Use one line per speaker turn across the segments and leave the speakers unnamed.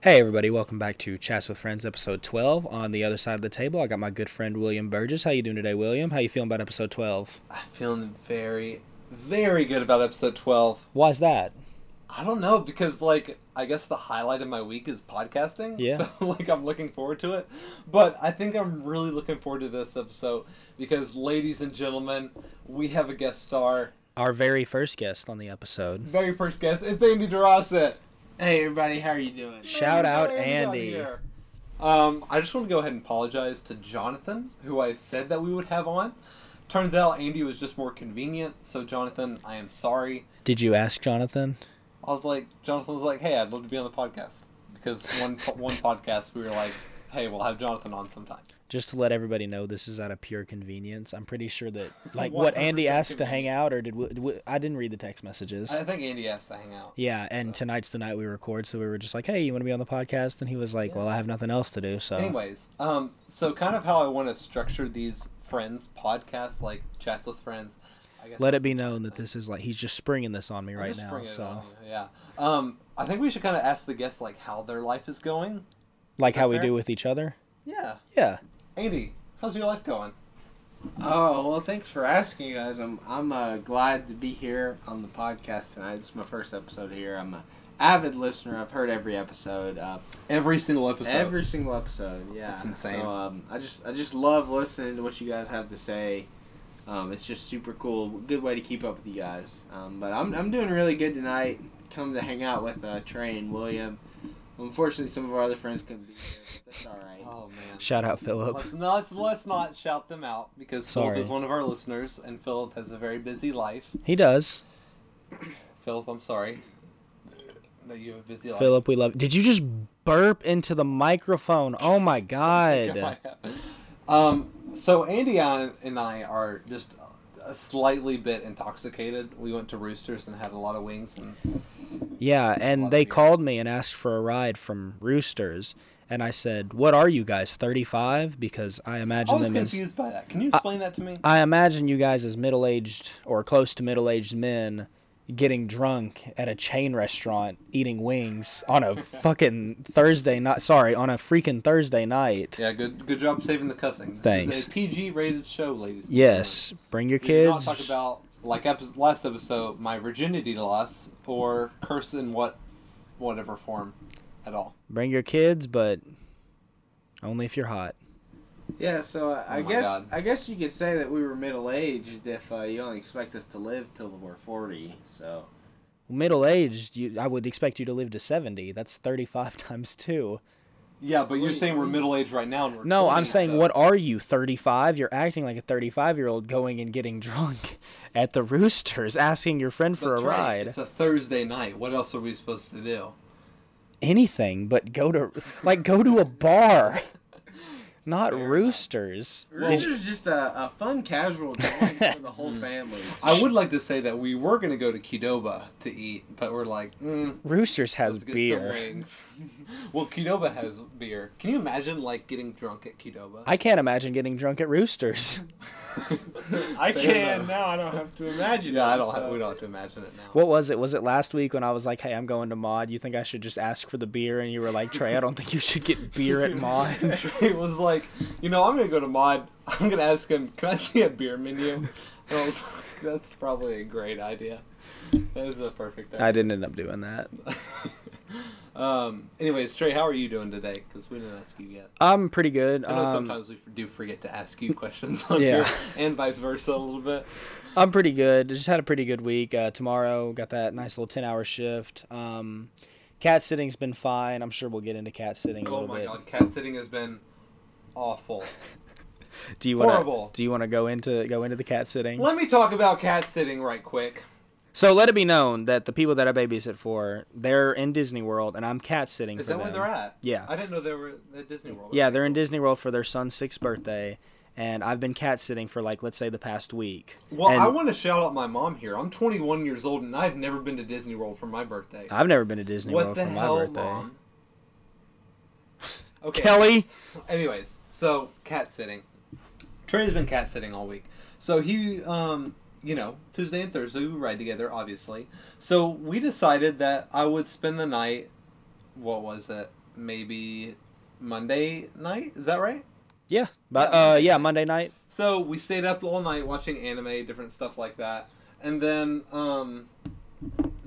Hey, everybody, welcome back to Chats with Friends, episode 12. On the other side of the table, I got my good friend William Burgess. How you doing today, William? How you feeling about episode 12?
I'm feeling very, very good about episode 12.
Why's that?
I don't know, because, like, I guess the highlight of my week is podcasting.
Yeah.
So, like, I'm looking forward to it. But I think I'm really looking forward to this episode because, ladies and gentlemen, we have a guest star.
Our very first guest on the episode.
Very first guest, it's Andy DeRossett.
Hey everybody, how are you doing?
Shout out
Andy's on
Andy.
here. Um, I just want to go ahead and apologize to Jonathan, who I said that we would have on. Turns out Andy was just more convenient, so Jonathan, I am sorry.
Did you ask Jonathan?
I was like, Jonathan was like, "Hey, I'd love to be on the podcast." Because one po- one podcast, we were like, "Hey, we'll have Jonathan on sometime."
Just to let everybody know, this is out of pure convenience. I'm pretty sure that, like, what Andy
100%
asked to
convenient.
hang out, or did Wi- Wi- I didn't read the text messages.
I think Andy asked to hang out.
yeah, and tonight's the night we record, so we were just like, "Hey, you want to be on the podcast?" And he was like, "Well, I have nothing else to do." So,
Anyways, um, so kind of how I want to structure these friends podcasts, like chats with friends. I guess
let it
that's-
be known that this is like he's just springing this on me
I'm
right
just
now.
bringing it
So,
on, yeah, um, I think we should kind of ask the guests like how their life is going.
like
Is that
how we
fair?
do with each other.
Yeah,
Yeah.
Andy, how's your life going?
Oh well, thanks for asking, guys. I'm I'm uh, glad to be here on the podcast tonight. It's my first episode here. I'm a avid listener. I've heard every episode, uh,
Every single episode.
every single episode. Yeah,
That's insane.
So um, I just I just love listening to what you guys have to say. Um, it's just super cool. Good way to keep up with you guys. Um, but I'm I'm doing really good tonight. Come to hang out with uh, Trey and William. Unfortunately, some of our other friends couldn't be here. But that's all right.
Oh man.
Shout out Philip.
Let's not, let's not shout them out because Philip
Sorry.
is one of our listeners, and Philip has a very busy life.
He does.
Philip, I'm sorry that you have a busy life.
Philip, we love. Did you just burp into the microphone? Oh my god.
um, so Andy and and I are just a slightly bit intoxicated. We went to Roosters and had a lot of wings, and
Yeah, and they called me and asked for a ride from Roosters, and I said, "What are you guys, 35?" Because I
I
imagine
was
them as
confused by that. Can you explain that to me?
I imagine you guys as middle-aged or close to middle-aged men getting drunk at a chain restaurant eating wings on a fucking Thursday night, sorry, on a freaking Thursday night.
Yeah, good good job saving the cussing. This
Thanks.
Is a PG rated show, ladies. and
Yes, bring your
We did not
kids.
talk about like episode, last episode my virginity loss or curse in what whatever form at all.
Bring your kids, but only if you're hot.
Yeah, so uh, I, I
Oh my
guess
God.
I guess you could say that we were middle aged if uh, you only expect us to live till we're forty. So
Middle aged, you, I would expect you to live to 70. That's 35 times 2.
Yeah, but you're
Wait,
saying we're middle aged right now. And we're
No, I'm
40,
saying,
so-
what are you, 35? You're acting like a 35 year old going and getting drunk at the Roosters, asking your friend for
That's
a
right,
ride.
It's a Thursday night. What else are we supposed to do?
Anything but go to, like, go to a bar. Not Roosters.
this is just a, a fun casual drawing for the whole family.
I would like to say that we were gonna go to Kidoba to eat, but we're like, mm,
Roosters has
let's get some
beer.
wings. well, Kidoba has beer. Can you imagine like getting drunk at Kidoba?
I can't imagine getting drunk at Roosters.
I
can enough.
now. I don't have to imagine. uh,
yeah, I don't. Have, we don't have to imagine it now.
What was it? Was it last week when I was like, "Hey, I'm going to mod. You think I should just ask for the beer?" And you were like, "Trey, I don't think you should get beer at mod."
It was like, you know, I'm gonna go to Mod. I'm gonna ask him, can I see a beer menu? And I was like, that's probably a great idea. That is a perfect
I
idea.
didn't end up doing that.
Um, anyways, Trey, how are you doing today? Because we didn't ask you yet.
I'm pretty good.
I know
Um,
sometimes we f- do forget to ask you questions on
Yeah.
here, and vice versa a little bit.
I'm pretty good. Just had a pretty good week. Uh, tomorrow, got that nice little ten-hour shift. Um, cat sitting's been fine. I'm sure we'll get into cat sitting a
Oh
little
my
bit.
god, cat sitting has been awful.
Do you want
Horrible.
to? Do you want to go into go into the cat sitting?
Let me talk about cat sitting right quick.
So let it be known that the people that I babysit for, they're in Disney World, and I'm cat sitting.
Is
for
that where
them.
they're at?
Yeah.
I didn't know they were at Disney World.
Yeah, they're in Disney World for their son's sixth birthday, and I've been cat sitting for like let's say the past week.
Well,
and
I want to shout out my mom here. I'm 21 years old and I've never been to Disney World for my birthday.
I've never been to Disney
what
World
the
for my
hell,
birthday.
mom? Okay.
Kelly!
Anyways, so cat sitting. Trey's been cat sitting all week. So he, um, you know, Tuesday and Thursday we ride together, obviously. So we decided that I would spend the night. What was it? maybe Monday night. Is that right?
Yeah, but uh, yeah, Monday night.
So we stayed up all night watching anime, different stuff like that. And then um,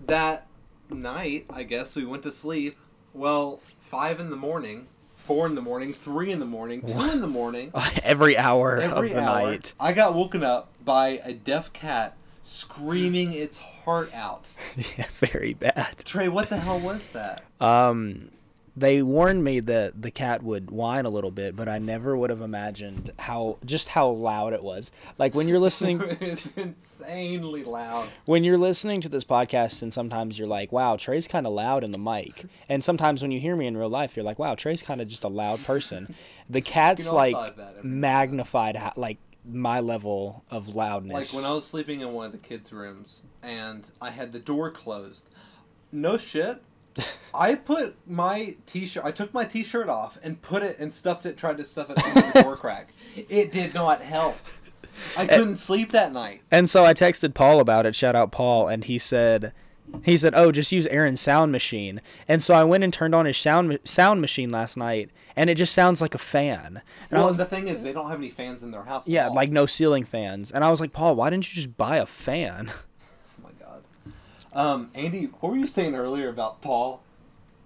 that night, I guess, we went to sleep. Well, five in the morning, four in the morning, three in the morning, two in the morning.
Every hour
Every
of the
hour,
night.
I got woken up by a deaf cat screaming its heart out.
yeah, very bad.
Trey, what the hell was that?
Um, they warned me that the cat would whine a little bit, but I never would have imagined how just how loud it was. Like when you're listening
It was insanely loud.
when you're listening to this podcast and sometimes you're like, wow, Trey's kind of loud in the mic. And sometimes when you hear me in real life, you're like, wow, Trey's kind of just a loud person. The cat's
all
like
thought that every time.
magnified ho- like my level of loudness.
Like when I was sleeping in one of the kids' rooms and I had the door closed. No shit. I put my t-shirt. I took my t-shirt off and put it and stuffed it. Tried to stuff it into the door crack. It did not help.
Eh.
I couldn't sleep that night.
and so I texted Paul about it. Shout out Paul, and he said, he said, oh, just use Aaron's sound machine. And so I went and turned on his sound sound machine last night, and it just sounds like a fan. And I
Well,
was,
the thing is, they don't have any fans in their house. at
yeah,
all.
like no ceiling fans. And I was like, Paul, why didn't you just buy a fan?
Oh my god. Um, Andy, what were you saying earlier about Paul?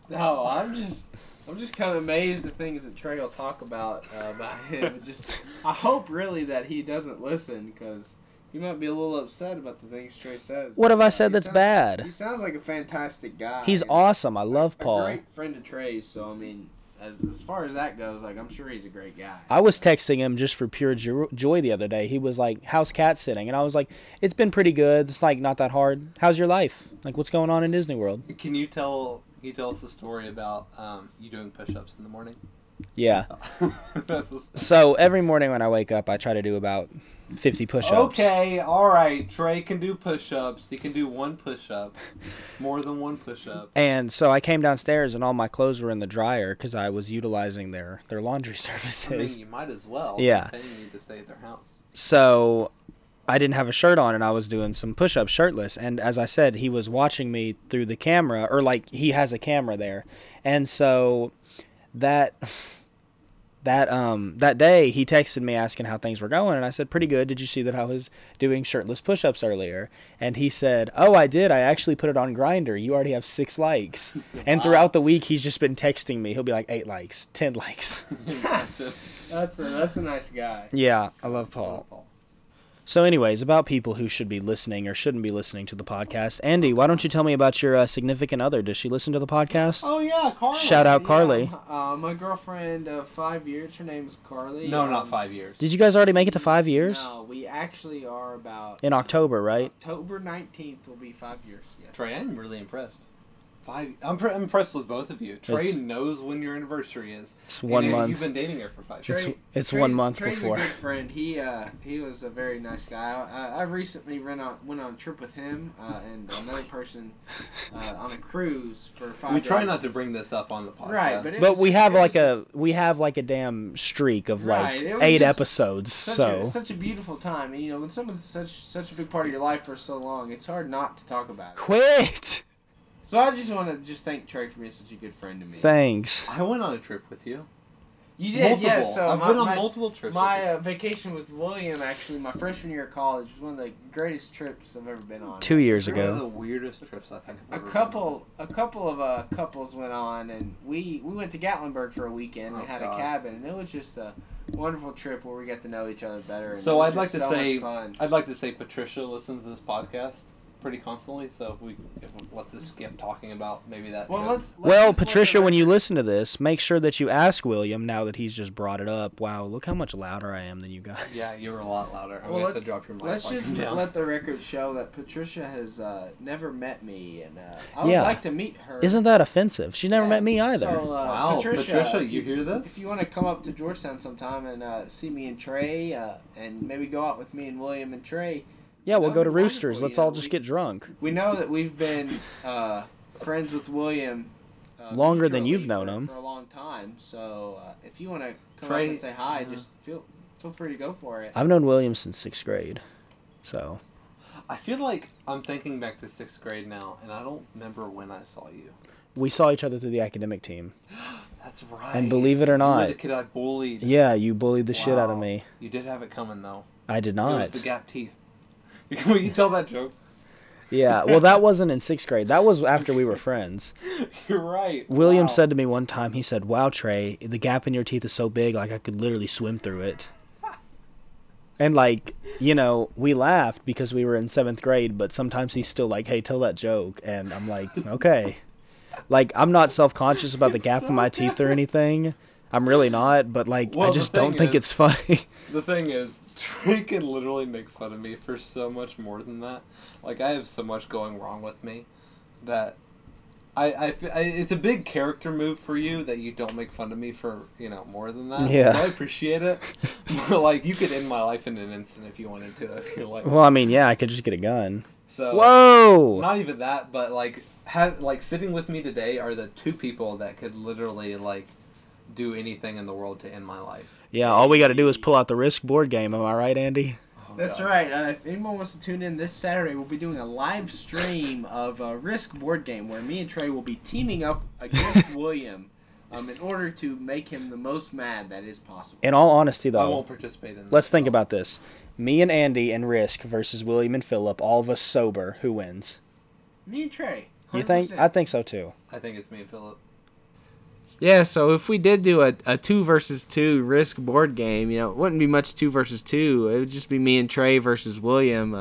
No, I'm just I'm just kind of amazed the things that Trey will talk about uh, about him. It Just I hope really that he doesn't listen because he might be a little upset about the things Trey says.
What have I
Uh,
said
he
that's
sounds- He
bad?
sounds like a fantastic guy.
He's
and
awesome. I love
a
Paul.
great friend of Trey's. So I mean, as, as far as that goes, like I'm sure he's a great guy.
I was texting him just for pure jo- joy the other day. He was like, "How's cat sitting?" And I was like, "It's been pretty good. It's like not that hard. How's your life? Like, what's going on in Disney World?"
Can you tell? Can you tell us a story about um, you doing push-ups in the morning?
Yeah.
That's a
So every morning when I wake up, I try to do about 50 push-ups.
Okay, all right. Trey can do push-ups. He can do one push-up, more than one push-up.
And so I came downstairs and all my clothes were in the dryer because I was utilizing their their laundry
I mean,
services.
you might as well.
Yeah.
They need to stay at their house.
so I didn't have a shirt on and I was doing some push ups shirtless. And as I said, he was watching me through the camera, or like he has a camera there. And so that. That um that day he texted me asking how things were going and I said pretty good. Did you see that I was doing shirtless push-ups earlier? And he said, "Oh, I did. I actually put it on Grinder. You already have 6 likes." And throughout the week he's just been texting me. He'll be like 8 likes, 10 likes.
Impressive.
That's a that's a nice guy.
yeah, I love Paul. So, anyways, about people who should be listening or shouldn't be listening to the podcast, Andy, why don't you tell me about your uh, significant other? Does she listen to the podcast?
Oh yeah, Carly.
Shout out
Yeah,
Carly.
uh, my girlfriend of five years. Her name's Carly.
No,
Um,
not five years.
Did you guys already make it to five years?
No, we actually are about
In October, right?
October 19th will be five years. Yes.
Trey, I'm really impressed. Five. I'm pre- impressed with both of you. Trey
It's-
knows when your anniversary is.
It's
and
one
you-
month.
You've been dating her for five.
It's-
years.
Trey-
it's
Trey's-
one month
Trey's
before.
A good friend. He uh, he was a very nice guy. I, I recently went on went on a trip with him uh, and another person uh, on a cruise for five.
We try not
days.
to bring this up on the podcast.
Right, but uh, it
But
was
we
just-
have
it was
like a
just
we have like a damn streak of like
Right, it was
eight
just
episodes.
Such
So
a, such a beautiful time, and you know when someone's such such a big part of your life for so long, it's hard not to talk about it.
quit.
So I just want to just thank Trey for being such a good friend to me.
Thanks.
I went on a trip with you.
you did,
multiple.
yeah. So
I've
my-
been on
my-
multiple trips.
My
with
uh, vacation with William, actually, my freshman year of college, was one of the greatest trips I've ever been on.
Two years
you. One of
ago.
the weirdest trips I think. I've
A
ever been
couple, a couple of uh, couples went on, and we we went to Gatlinburg for a weekend and
Oh,
had
God.
a cabin, and it was just a wonderful trip where we got to know each other better.
on.
And it
So
was
I'd like
just
to
so
say
much fun.
I'd like to say Patricia listens to this podcast pretty constantly. So if we if we let's just skip talking about maybe that.
Well,
trip.
let's, let's
Well,
just let the
Patricia, when you
record-
listen to this, make sure that you ask William now that he's just brought it up. Wow, look how much louder I am than you guys.
Yeah, you were a lot louder. I'm
Well,
gonna have
let's-
to drop your mic.
Let's
volume
just
down.
let the record show that Patricia has uh, never met me, and uh, I would
Yeah.
like to meet her.
Isn't that offensive? She never
Yeah,
met me either.
So, uh,
wow, Patricia,
if
you, hear this?
If you want to come up to Georgetown sometime and uh, see me and Trey, uh, and maybe go out with me and William and Trey,
Yeah, we'll
That
go
would
to
be wonderful,
Roosters.
you
Let's
know,
all just
we-
get drunk.
we know that we've been uh, friends with William uh,
Longer than
mutually
you've known
for,
him.
for a long time. So uh, if you want to come
Trey- uh-huh.
up and say hi,
yeah.
just feel feel free to go for it.
I've known William since sixth grade, so
I feel like I'm thinking back to sixth grade now, and I don't remember when I saw you.
we saw each other through the academic team.
That's right.
And believe it or
You were
not,
the kid I bullied.
yeah, you bullied the shit out of
Wow.
me.
You did have it coming though.
I did
It was
not.
the gap teeth. Will you tell that joke?
yeah, well, that wasn't in sixth grade. That was after we were friends.
You're right.
William
Wow.
said to me one time, he said, Wow, Trey, the gap in your teeth is so big, like I could literally swim through it. And, like, you know, we laughed because we were in seventh grade, but sometimes he's still like, Hey, tell that joke. And I'm like, Okay. like, I'm not self conscious about the
It's
gap
so
in my teeth or anything. I'm really not, but, like,
Well,
I
the
just don't
thing
think
is-
it's funny.
The thing is, Trey can literally make fun of me for so much more than that. Like I have so much going wrong with me that I, I, fe- I it's a big character move for you that you don't make fun of me for you know more than that.
Yeah.
So I appreciate it. but like you could end my life in an instant if you wanted to. If you like.
well, I mean, yeah, I could just get a gun.
So.
Whoa!
Not even that, but like have like sitting with me today are the two people that could literally like do anything in the world to end my life.
Yeah, all we got to do is pull out the risk board game. Am I right, Andy?
Oh,
That's
God.
right. Uh, if anyone wants to tune in this Saturday, we'll be doing a live stream of a Risk board game where me and Trey will be teaming up against William um, in order to make him the most mad that is possible.
In all honesty, though,
I won't participate in. This
Let's think
at all.
about this. Me and Andy and Risk versus William and Philip, all of us sober, who wins?
Me and Trey.
You think?
100%.
I think so too.
I think it's me and Philip.
Yeah, so if we did do a, a two versus two risk board game, you know, it wouldn't be much two versus two. It would just be me and Trey versus William,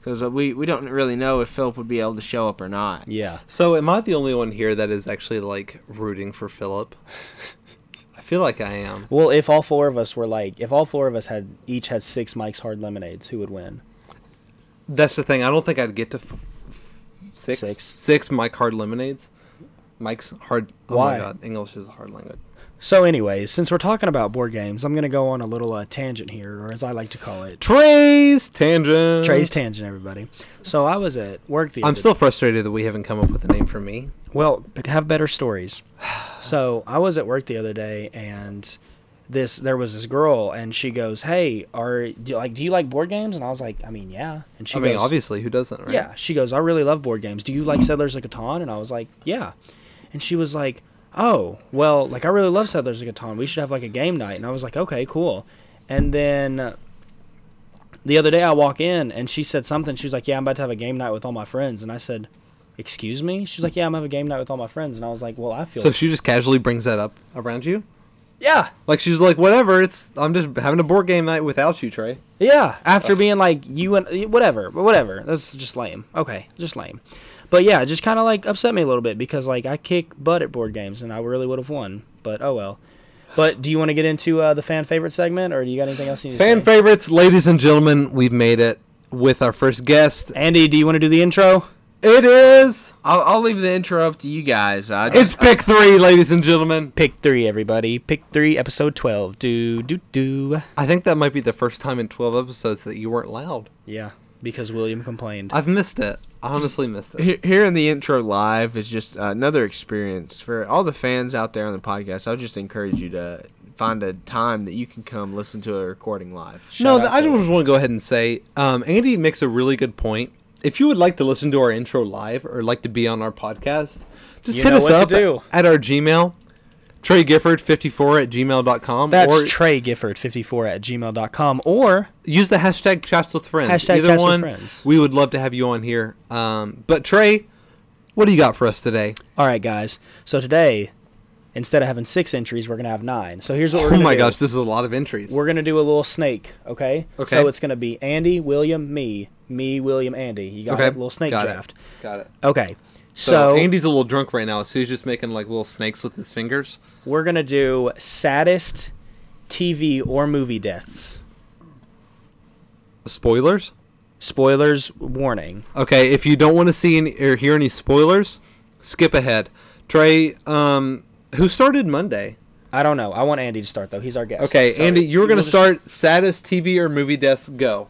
because we, we don't really know if Philip would be able to show up or not.
Yeah.
So am I the only one here that is actually like rooting for Philip? I feel like I am.
Well, if all four of us were like, if all four of us had each had six Mike's Hard Lemonades, who would win?
That's the thing. I don't think I'd get to f- f- six.
Six.
Six Mike hard lemonades. Mike's hard. Oh
Why?
my god, English is a hard language.
So, anyways, since we're talking about board games, I'm gonna go on a little uh, tangent here, or as I like to call it,
Trey's tangent.
Trey's tangent. Everybody. So I was at work the.
I'm
other-
still frustrated that we haven't come up with a name for me.
Well, b- have better stories. So I was at work the other day, and this there was this girl, and she goes, "Hey, are do you like do you like board games?" And I was like, "I mean, yeah." And she
I mean,
goes,
obviously, who doesn't, right?
"Yeah." She goes, "I really love board games. Do you like Settlers of Catan?" And I was like, "Yeah." And she was like, "Oh, well, like I really love Settlers of Catan. We should have like a game night." And I was like, "Okay, cool." And then uh, the other day I walk in and she said something. She was like, "Yeah, I'm about to have a game night with all my friends." And I said, "Excuse me?" She's like, "Yeah, I'm having a game night with all my friends." And I was like, "Well, I feel
So she just casually brings that up around you.
yeah,
Like she's like, whatever. It's I'm just having a board game night without you, Trey.
Yeah, after being like you and whatever, but whatever. That's just lame. Okay, just lame. But yeah, it just kind of like upset me a little bit because like I kick butt at board games and I really would have won, but oh well. But do you want to get into uh, the fan favorite segment or do you got anything else you need to
Fan
say?
favorites, ladies and gentlemen, we've made it with our first guest.
Andy, do you want to do the intro?
It is
I'll, I'll leave the intro up to you guys. Uh,
it's pick three, ladies and gentlemen.
Pick three, everybody. Pick three, episode twelve. Do do do.
I think that might be the first time in 12 episodes that you weren't loud.
Yeah, because William complained.
I've missed it. I honestly missed it.
He- Hearing the intro live is just another experience for all the fans out there on the podcast. I would just encourage you to find a time that you can come listen to a recording live.
Shout
no,
out
th- I
to-
just want to go ahead and say, um, Andy makes a really good point. If you would like to listen to our intro live or like to be on our podcast, just
You
hit
know
us
what to
up
do.
at our Gmail, Trey Gifford54 at gmail.com,
That's
or
Trey Gifford54 at gmail.com or
use the hashtag chats with friends.
Hashtag
Either
Chats with
one,
Friends.
we would love to have you on here. Um, but Trey, what do you got for us today?
All right, guys. So today, instead of having six entries, we're gonna have nine. So here's what we're
Oh
gonna
my
do.
gosh, this is a lot of entries.
We're gonna do a little snake. Okay.
Okay.
So it's gonna be Andy, William, me, me, William, Andy. You got
Okay,
a little snake
got it.
draft.
got it.
Okay. So,
So, Andy's a little drunk right now, so he's just making like little snakes with his fingers.
we're gonna do saddest TV or movie deaths.
Spoilers.
Spoilers warning.
Okay, if you don't want to see any, or hear any spoilers, skip ahead. Trey, um, who started Monday?
I don't know. I want Andy to start though. He's our guest.
Okay,
So,
Andy, you were
we'll
gonna
just-
start saddest TV or movie deaths. Go.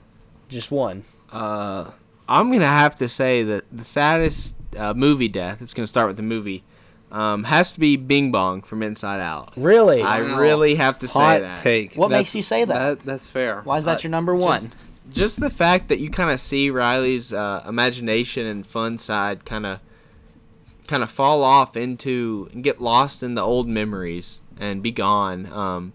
Just one.
Uh, I'm gonna have to say that the saddest uh, movie death. It's gonna start with the movie. Um, has to be Bing Bong from Inside Out.
Really?
I
Wow.
really have to say
Hot
that.
take.
What makes you say that?
That's fair. Uh,
Why is that
I-
your number one?
Just, just the fact that you kind of see Riley's uh, imagination and fun side kind of kind of fall off into get lost in the old memories and be gone. Um,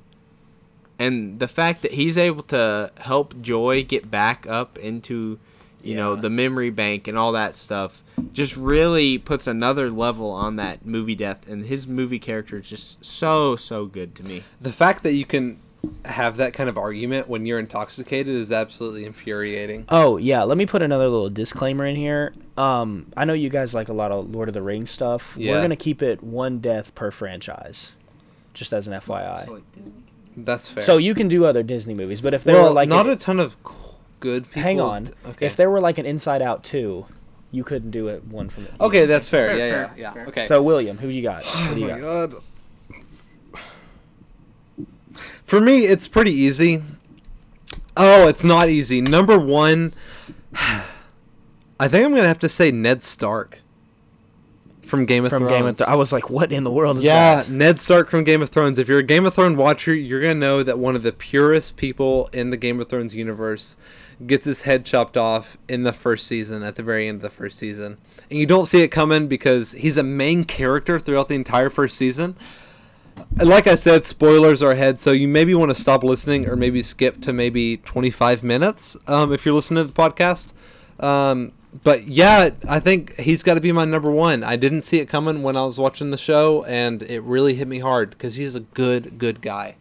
and the fact that he's able to help Joy get back up into, you know,
Yeah.
the memory bank and all that stuff, just really puts another level on that movie death. And his movie character is just so so good to me.
The fact that you can have that kind of argument when you're intoxicated is absolutely infuriating.
Oh yeah, let me put another little disclaimer in here. Um, I know you guys like a lot of Lord of the Rings stuff. We're
Yeah.
gonna keep it one death per franchise, just as an FYI.
So, like, Disney.
That's fair.
So you can do other Disney movies, but if they
well,
were like
not
a-
a ton of c- good people.
hang on,
Okay.
if they were like an Inside Out two, you couldn't do it one from.
okay, that's fair.
Fair,
yeah,
fair,
yeah, yeah.
fair.
Okay.
So William, who you got? Who
oh
do you
my
got?
god. For me, it's pretty easy. Oh, it's not easy. Number one, I think I'm gonna have to say Ned Stark from Game of
From
Thrones.
Game of Thrones, I was like, what in the world is
yeah,
that?
Ned Stark from Game of Thrones. If you're a Game of Thrones watcher, you're gonna know that one of the purest people in the Game of Thrones universe gets his head chopped off in the first season, at the very end of the first season, and you don't see it coming because he's a main character throughout the entire first season. And Like I said, spoilers are ahead, so you maybe want to stop listening or maybe skip to maybe 25 minutes um, if you're listening to the podcast. Um, but yeah, I think he's got to be my number one. I didn't see it coming when I was watching the show, and it really hit me hard because he's a good, good guy.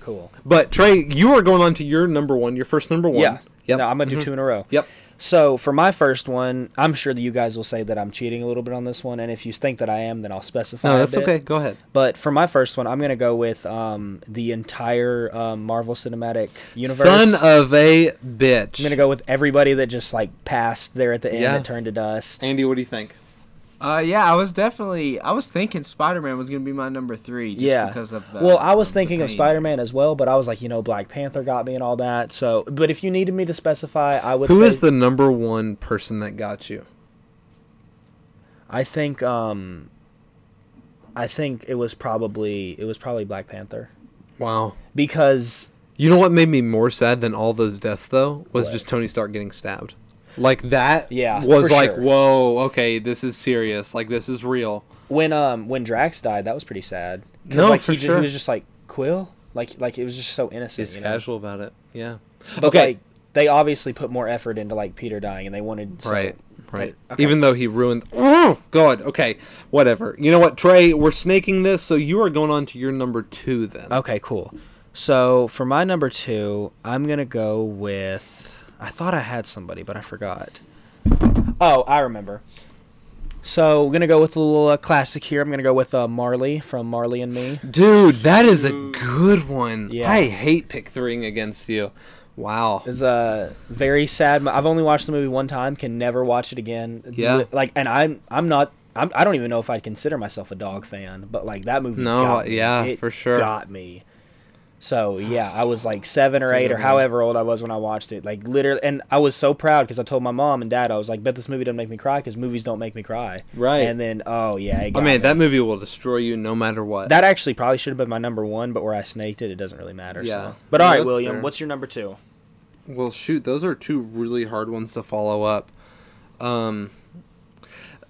Cool.
But Trey, you are going on to your number one, your first number one.
Yeah.
Yep. Mm-hmm.
No, I'm gonna do two in a row.
Yep.
So for my first one, I'm sure that you guys will say that I'm cheating a little bit on this one, and if you think that I am, then I'll specify.
No,
a
that's
bit.
okay. Go ahead.
But for my first one, I'm gonna go with um, the entire um, Marvel Cinematic Universe.
Son of a
I'm gonna
bitch.
go with everybody that just like passed there at the end
Yeah.
that turned to dust.
Andy, what do you think?
Uh, yeah, I was definitely I was thinking Spider Man was gonna be my number three just
yeah.
because of the
well, I was thinking
the
of
pain.
Spider Man as well, but I was like, you know, Black Panther got me and all that. So, but if you needed me to specify, I would.
Who
say,
is the number one person that got you?
I think. um I think it was probably it was probably Black Panther
Wow.
because
You know what made me more sad than all those deaths though was
What?
just Tony Stark getting stabbed. Like that
Yeah,
was
for
like,
sure.
whoa, okay, this is serious. Like this is real.
when um when Drax died, that was pretty sad. 'Cause,
No,
like,
for
he, ju-
sure.
He was just like Quill, like like it was just so innocent.
He's
you know?
casual about it. Yeah.
But
okay.
like they obviously put more effort into like Peter dying, and they wanted so-
right. Right.
okay.
Even though he ruined Oh God, okay. Whatever. You know what, Trey, we're snaking this, so you are going on to your number two then.
Okay, cool. So for my number two, I'm gonna go with. I thought I had somebody, but I forgot. Oh, I remember. So we're gonna go with a little uh, classic here. I'm gonna go with uh, Marley from Marley and Me.
Dude, that is a good one.
Yeah.
I hate pick threeing against you. Wow.
It's a uh, very sad. mo- I've only watched the movie one time. Can never watch it again.
Yeah.
Like, and I'm I'm not. I'm, I don't even know if I'd consider myself a dog fan, but like that movie.
No,
got me.
yeah,
It
for sure.
Got me. So yeah, I was like seven or
That's a
eight or
good one.
however old I was when I watched it. Like literally, and I was so proud because I told my mom and dad I was like, "Bet this movie doesn't make me cry because movies don't make me cry."
Right.
And then oh yeah, it
I
got
mean,
me.
that movie will destroy you no matter what.
that actually probably should have been my number one, but where I snaked it, it doesn't really matter.
Yeah.
So. But
No,
all right,
that's
William,
fair.
what's your number two?
Well, shoot, those are two really hard ones to follow up. Um,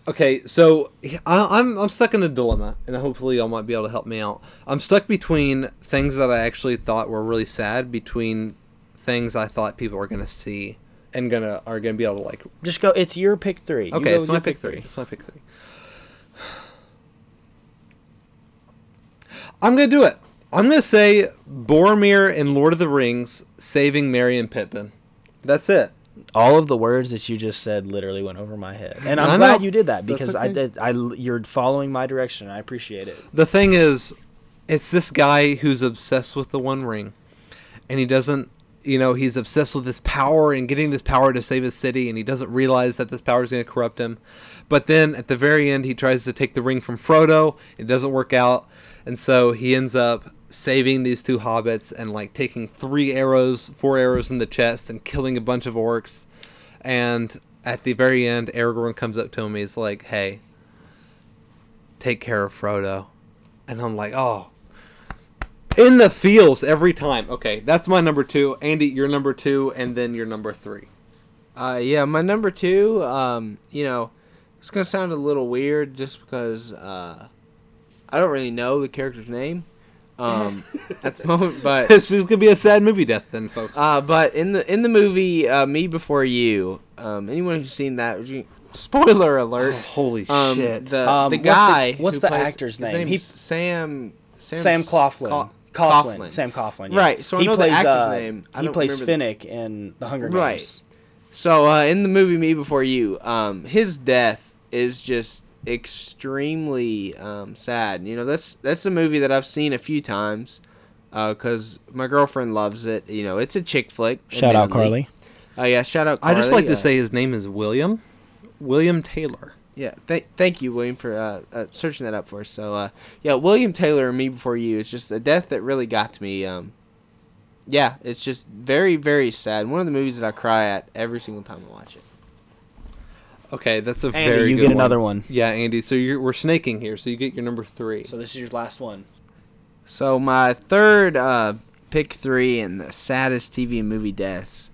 okay, so I, I'm I'm stuck in a dilemma, and hopefully y'all might be able to help me out. I'm stuck between things that I actually thought were really sad, between things I thought people were gonna see and gonna are gonna be able to like.
Just go. It's your pick three. You
Okay,
go
it's
with
my
your
pick three. It's my pick three. I'm gonna do it. I'm gonna say Boromir in Lord of the Rings saving Merry and Pippin. That's it.
All of the words that you just said literally went over my head, and I'm
I
glad
know.
you did that
That's
because I
okay.
did. I you're following my direction. and I appreciate it.
the thing is, it's this guy who's obsessed with the One Ring, and he doesn't. You know, he's obsessed with this power and getting this power to save his city, and he doesn't realize that this power is going to corrupt him. But then at the very end, he tries to take the ring from Frodo. It doesn't work out, and so he ends up saving these two hobbits and like taking three arrows, four arrows in the chest, and killing a bunch of orcs. And at the very end, Aragorn comes up to him. He's like, "Hey, take care of Frodo. And I'm like, oh. In the feels every time. Okay, that's my number two. Andy, your number two, and then your number three.
Uh, yeah, my number two, um, you know, It's gonna sound a little weird just because uh, I don't really know the character's name um, at the moment, but
this is gonna be a sad movie death then, folks.
uh, but in the in the movie uh, Me Before You, um, anyone who's seen that, would you- spoiler alert.
holy
Um,
shit!
The,
Um,
the
what's the-
guy.
what's
who
the
plays-
actor's
his
name?
name's
He-
Sam. Sam,
Sam Coughlin.
Co-
Coughlin. Sam Coughlin. yeah. uh,
Right, so I know the actor's name. I
he
don't
plays
remember
Finnick in The Hunger Games.
Right. So uh, in the movie Me Before You, um, his death is just extremely um, sad. You know, that's that's a movie that I've seen a few times because my girlfriend loves it. You know, it's a chick flick.
Shout out
admittedly.
Carly.
Oh yeah, shout out.
I
Carly.
just like
uh,
to say his name is William, William Taylor.
Yeah, th- thank you, William, for uh, uh, searching that up for us. So, uh, yeah, William Taylor and Me Before You. It's just a death that really got to me. Um, yeah, it's just very, very sad. One of the movies that I cry at every single time I watch it.
Okay, that's a
Andy,
very
you
good
get another one.
Yeah, Andy. So you're, we're snaking here. So you get your number three.
So this is your last one.
So my third uh, pick three and the saddest TV and movie deaths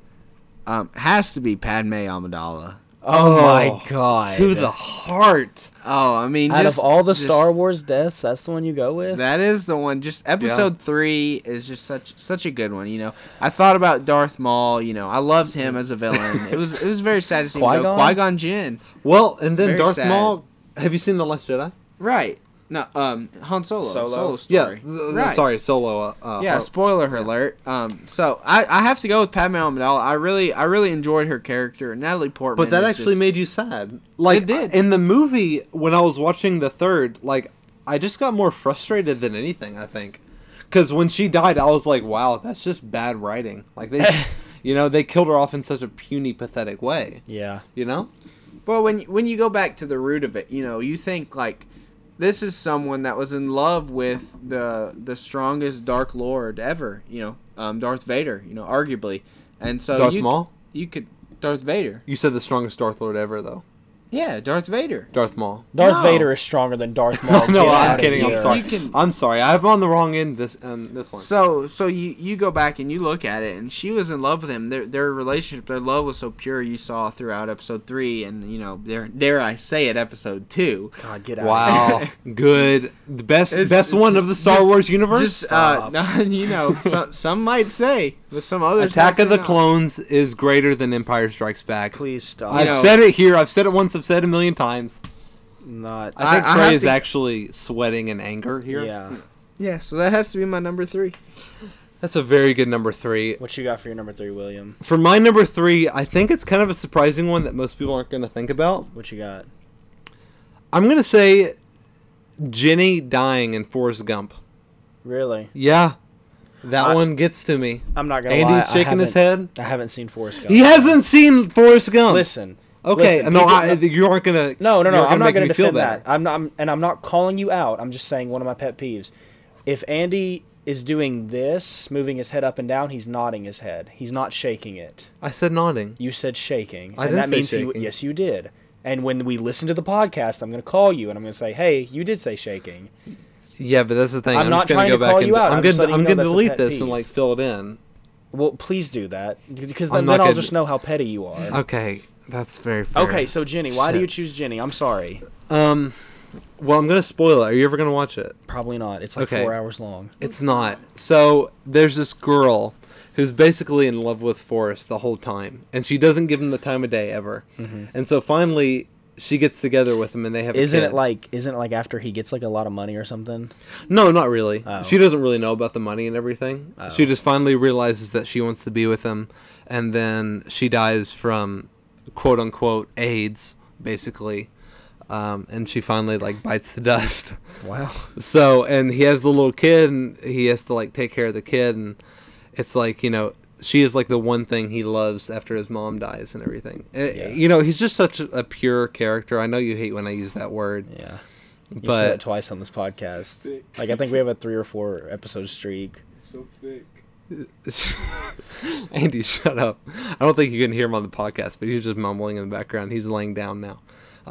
um, has to be Padme Amidala.
Oh,
my
god.
to the heart.
Oh, I mean,
Out
just-
of all the
just-
Star Wars deaths, that's the one you go with?
that is the one. Just episode three is just such such a good one. You know, I thought about Darth Maul. You know, I loved him as a villain. it was it was very sad to see him go.
Qui-Gon?
Qui Gon Jinn.
Well, and then
Very
Darth
sad.
Maul. Have you seen the Last Jedi?
Right. No, um, Han Solo.
Solo?
Solo,
Yeah.
story.
th- th-
Right.
Sorry, Solo. Uh, uh,
yeah,
Har-
spoiler alert. Um, so I, I have to go with Padme Amidala. I really I really enjoyed her character. Natalie Portman.
But that
is
actually
just-
made you sad. Like
It did.
in the movie when I was watching the third, like I just got more frustrated than anything, I think. Cuz when she died, I was like, wow, that's just bad writing. Like they you know, they killed her off in such a puny pathetic way,
Yeah.
you know?
Well, when when you go back to the root of it, you know, you think like this is someone that was in love with the the strongest Dark Lord ever, you know, um, Darth Vader, you know, arguably, and so
Darth
you,
Maul?
you could Darth Vader,
You said the strongest Darth Lord ever though.
yeah, Darth Vader.
Darth Maul.
Darth
No.
Vader is stronger than Darth Maul.
no,
Get out
I'm
of
kidding. I'm
here.
sorry.
You can-
I'm sorry. I'm on the wrong end this um, this one.
So so you you go back and you look at it, and she was in love with him. Their their relationship, their love was so pure. You saw throughout episode three, and you know, dare dare I say it, episode two.
God, get out. Wow.
Wow. Good. The best
It's-
best one of the Star
just-
Wars universe.
Just uh, you know, some, some might say, but some others.
Attack
might
of
say
the
not.
Clones is greater than Empire Strikes Back.
Please stop.
I've
know-
said it here. I've said it once. I've said it a million times.
Not.
I think
I- I
Trey
have
is
to-
actually sweating in anger here.
yeah.
Yeah, so that has to be my number three.
That's a very good number three.
What you got for your number three, William?
For my number three, I think it's kind of a surprising one that most people aren't going to think about.
What you got?
I'm going to say Jenny dying in Forrest Gump.
Really?
Yeah. That
I-
one gets to me.
I'm not gonna lie.
Andy's
I
shaking his
haven't-
head.
I haven't seen Forrest Gump.
He hasn't seen Forrest Gump.
Listen.
Okay,
listen,
no,
people-
I, you aren't gonna.
No, no,
you're
no. I'm not
make
going
me
to
feel
defend
better.
that. I'm not, I'm, and I'm not calling you out. I'm just saying one of my pet peeves. If Andy is doing this, moving his head up and down, he's nodding his head. He's not shaking it.
I said nodding.
You said shaking,
I
and
didn't
that
say
means
shaking.
He, yes, you did. And when we listen to the podcast, I'm going to call you and I'm going to say, "Hey, you did say shaking."
Yeah, but that's the thing.
I'm
I'm,
not
just gonna
trying
go
to
back
call
and
you out.
I'm
I'm just
gonna
letting
I'm
you know
gonna
that's a
delete
pet
this and
peeve.
like fill it in.
Well, please do that because then,
I'm
then
not
I'll
gonna-
just know how petty you are.
Okay, that's very fair.
Okay, so Jenny, why do
Shit.
you choose Jenny? I'm sorry.
Um, well, I'm gonna spoil it. Are you ever gonna watch it?
Probably not. It's like
Okay.
4 hours long.
It's not. So there's this girl who's basically in love with Forrest the whole time, and she doesn't give him the time of day ever. And so finally, she gets together with him, and they have. a
Mm-hmm. Isn't it
kid.
like isn't it like after he gets like a lot of money or something?
No, not really.
Oh.
She doesn't really know about the money and everything. She just finally realizes that she wants to be with him, and then she dies from quote unquote AIDS, basically. Um, and she finally like bites the dust.
Wow.
So and he has the little kid, and he has to like take care of the kid, and it's like you know she is like the one thing he loves after his mom dies and everything. Eh,
Yeah.
You know he's just such a a pure character. I know you hate when I use that word,
Yeah. You said it
but
twice on this podcast. Like I think we have a three or four episode streak.
So thick.
Andy, shut up. I don't think you can hear him on the podcast, but he's just mumbling in the background. He's laying down now.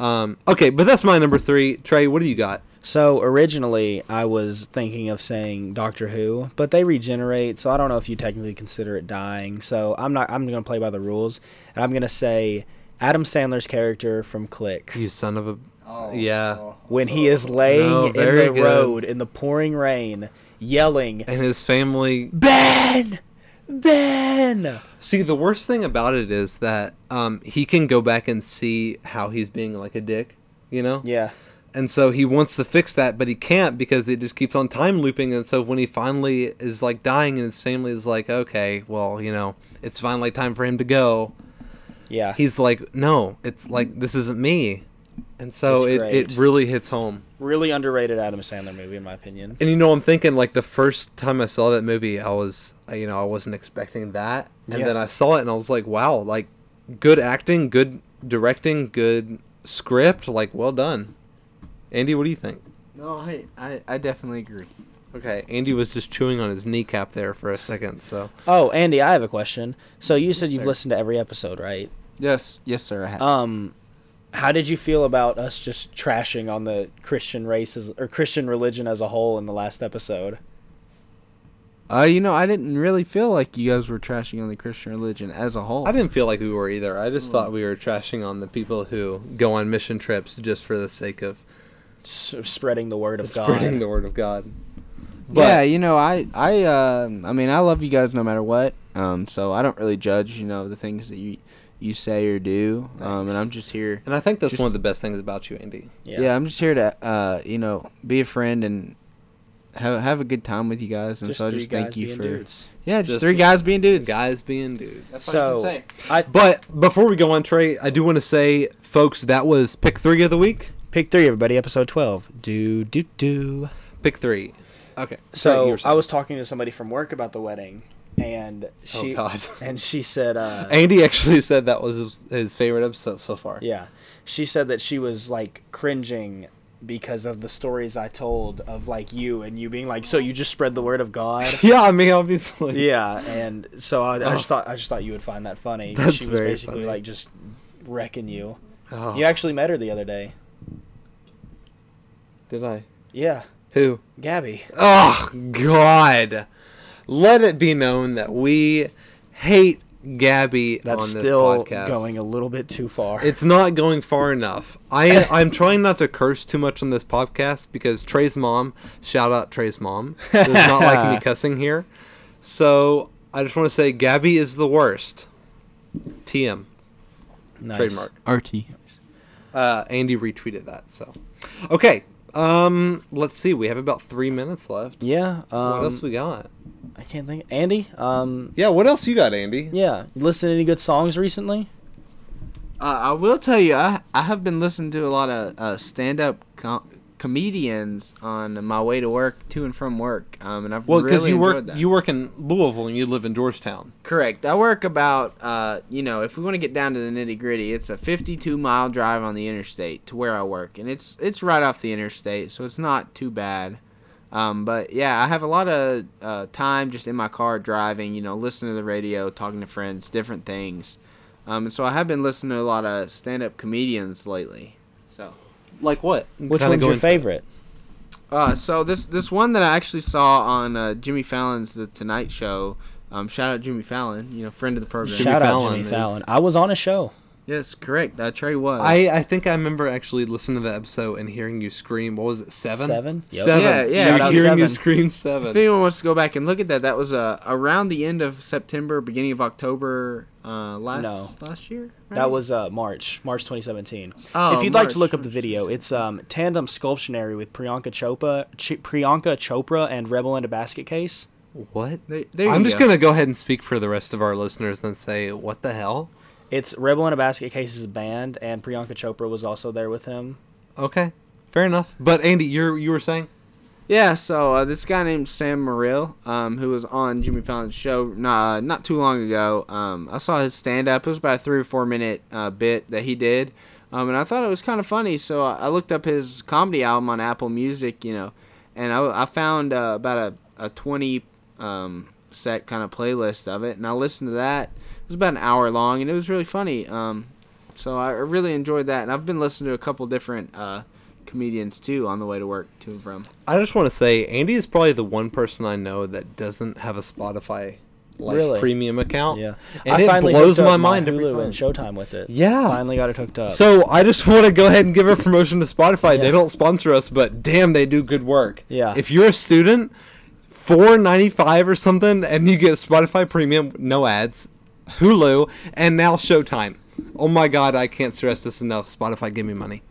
Um, okay, but that's my number three. Trey, what do you got?
So originally I was thinking of saying Doctor Who, but they regenerate, so I don't know if you technically consider it dying. So I'm not I'm gonna play by the rules and I'm gonna say Adam Sandler's character from Click.
You son of a.
Oh,
Yeah.
oh.
when he is laying
No,
in
very
the
good.
road in the pouring rain, yelling,
And his family.
Ben! Ben!
See, the worst thing about it is that um, he can go back and see how he's being like a dick, you know?
Yeah.
And so he wants to fix that, but he can't because it just keeps on time looping. And so when he finally is like dying, and his family is like, okay, well, you know, it's finally time for him to go.
Yeah.
He's like, no, it's like, this isn't me. And so
That's
it,
great.
it really hits home.
really underrated Adam Sandler movie, in my opinion.
And you know, I'm thinking like the first time I saw that movie, I was, I- you know, I wasn't expecting that, and
Yeah.
then I saw it and I was like, wow, like good acting, good directing, good script, like well done. Andy, what do you think?
No, I, I, I definitely agree.
Okay, Andy was just chewing on his kneecap there for a second, so
Oh, Andy, I have a question. So you said you've
sir.
listened to every episode, right?
Yes, yes, sir. I have.
Um, how did you feel about us just trashing on the Christian races or Christian religion as a whole in the last episode?
Uh, you know, I didn't really feel like you guys were trashing on the Christian religion as a whole.
I didn't feel like we were either. I just thought we were trashing on the people who go on mission trips just for the sake of
S- spreading the word of
spreading
God.
the word of God.
yeah,
But
you know, I, I, um I mean, I love you guys no matter what. Um, so I don't really judge, you know, the things that you, you say or do. Um,
Thanks.
and I'm just here.
and I think that's
Just-
one of the best things about you, Andy.
Yeah.
Yeah. I'm just here to, uh, you know, be a friend and have have a good time with you guys. And
Just
so I
three
just
guys
thank you
being
for.
dudes.
Yeah, just,
Just
three guys being dudes.
Guys being dudes.
That's all I can So- say. I
But before we go on, Trey, I do want to say, folks, that was pick three of the week.
pick three, everybody. Episode twelve. Do do do.
Pick three. Okay. Trey, you
So
were saying. Oh,
I was talking to somebody from work about the wedding, and she
God.
and she said, uh,
Andy actually said that was his, his favorite episode so far.
yeah, she said that she was like cringing because of the stories I told of like you and you being like, so you just spread the word of God.
Yeah, I mean, obviously.
yeah, and so I, I just thought I just thought you would find that funny.
Oh. That's
she was
very
basically
funny.
like just wrecking you.
Oh,
You actually met her the other day.
Did I?
Yeah,
Who?
Gabby.
Oh God! Let it be known that we hate Gabby
That's
on this
still
podcast.
going a little bit too far.
It's not going far enough. I I'm trying not to curse too much on this podcast because Trey's mom, shout out Trey's mom, does not like me cussing here. So I just want to say Gabby is the worst. TM
Nice.
trademark.
RT.
Uh, Andy retweeted that. So okay. Um, let's see. We have about three minutes left.
Yeah. Um,
what else we got?
I can't think. Andy. Um.
Yeah. What else you got, Andy?
Yeah. You Listen to any good songs recently?
Uh, I will tell you, I I have been listening to a lot of uh, stand up com- comedians on my way to work, to and from work. Um, and I've
Well, because
because really
you work
that.
you work in Louisville and you live in Georgetown.
correct. I work about uh, you know, if we want to get down to the nitty gritty, it's a 52 mile drive on the interstate to where I work, and it's it's right off the interstate, so it's not too bad. Um, but yeah, I have a lot of uh, time just in my car driving, you know, listening to the radio, talking to friends, different things. Um, and so I have been listening to a lot of stand up comedians lately. So.
Like what?
Which one's your favorite?
Uh, so this this one that I actually saw on uh, Jimmy Fallon's The Tonight Show. Um, shout out Jimmy Fallon, you know, friend of the program.
Jimmy
Shout out
Fallon
Jimmy
is-
Fallon. I was on a show.
yes, correct. Uh, Trey was.
I, I think I remember actually listening to the episode and hearing you scream. What was it? Seven.
Seven? Yep.
Seven.
Yeah, yeah. Shout
out
hearing you
Seven.
scream
if
seven.
anyone wants to go back and look at that, that was uh, around the end of September, beginning of October uh, last
No.
last year. right?
That was uh, March, March 2017.
Oh,
if you'd like to
March,
look up the
March
video, it's um, Tandem Sculptionary with Priyanka Chopra, Ch- Priyanka Chopra and Rebel in a Basket Case.
What?
There, there
I'm
you
just
go.
gonna go ahead and speak for the rest of our listeners and say, what the hell?
It's Rebel in a Basket Case is a band, and Priyanka Chopra was also there with him.
Okay, fair enough. But Andy, you're you were saying?
Yeah, so uh, this guy named Sam Morrill, um, who was on Jimmy Fallon's show not, not too long ago, um, I saw his stand up. It was about a three or four minute uh, bit that he did, um, and I thought it was kind of funny. So I, I looked up his comedy album on Apple Music, you know, and I, I found uh, about a, a 20 um, set kind of playlist of it, and I listened to that. It was about an hour long, and it was really funny. Um, so I really enjoyed that, and I've been listening to a couple different uh, comedians too on the way to work to and from.
I just want to say Andy is probably the one person I know that doesn't have a Spotify like
Really?
premium account.
Yeah,
And
I
it
finally
blows
hooked up
my mind every
Hulu and
time.
Showtime with it.
Yeah.
finally got it hooked up.
So I just want to go ahead and give a promotion to Spotify.
Yeah.
They don't sponsor us, but damn, they do good work.
Yeah.
If you're a student, four ninety five or something, and you get Spotify Premium, no ads, Hulu, and now Showtime. Oh my God, I can't stress this enough. Spotify, give me money.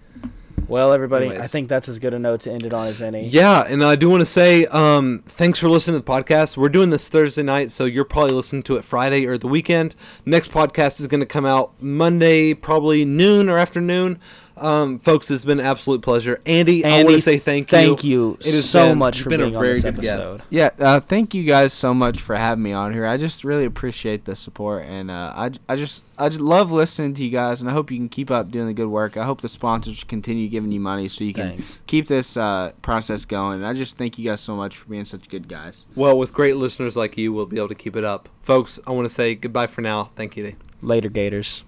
well, everybody, I
Anyways.
think that's as good a note to end it on as any.
Yeah, and I do want to say um, thanks for listening to the podcast. We're doing this Thursday night, so you're probably listening to it Friday or the weekend. Next podcast is going to come out Monday, probably noon or afternoon. Um, folks, it's been an absolute pleasure. Andy, I want
Andy,
to say thank you.
thank you
has
so much
you've
for being on this episode.
Yeah, uh, thank you guys so much for having me on here. I just really appreciate the support, and uh, I, I just I just love listening to you guys, and I hope you can keep up doing the good work. I hope the sponsors continue giving you money so you can
Thanks.
keep this uh, process going. And I just thank you guys so much for being such good guys.
Well, with great listeners like you, we'll be able to keep it up. Folks, I want to say goodbye for now. Thank you.
Later, Gators.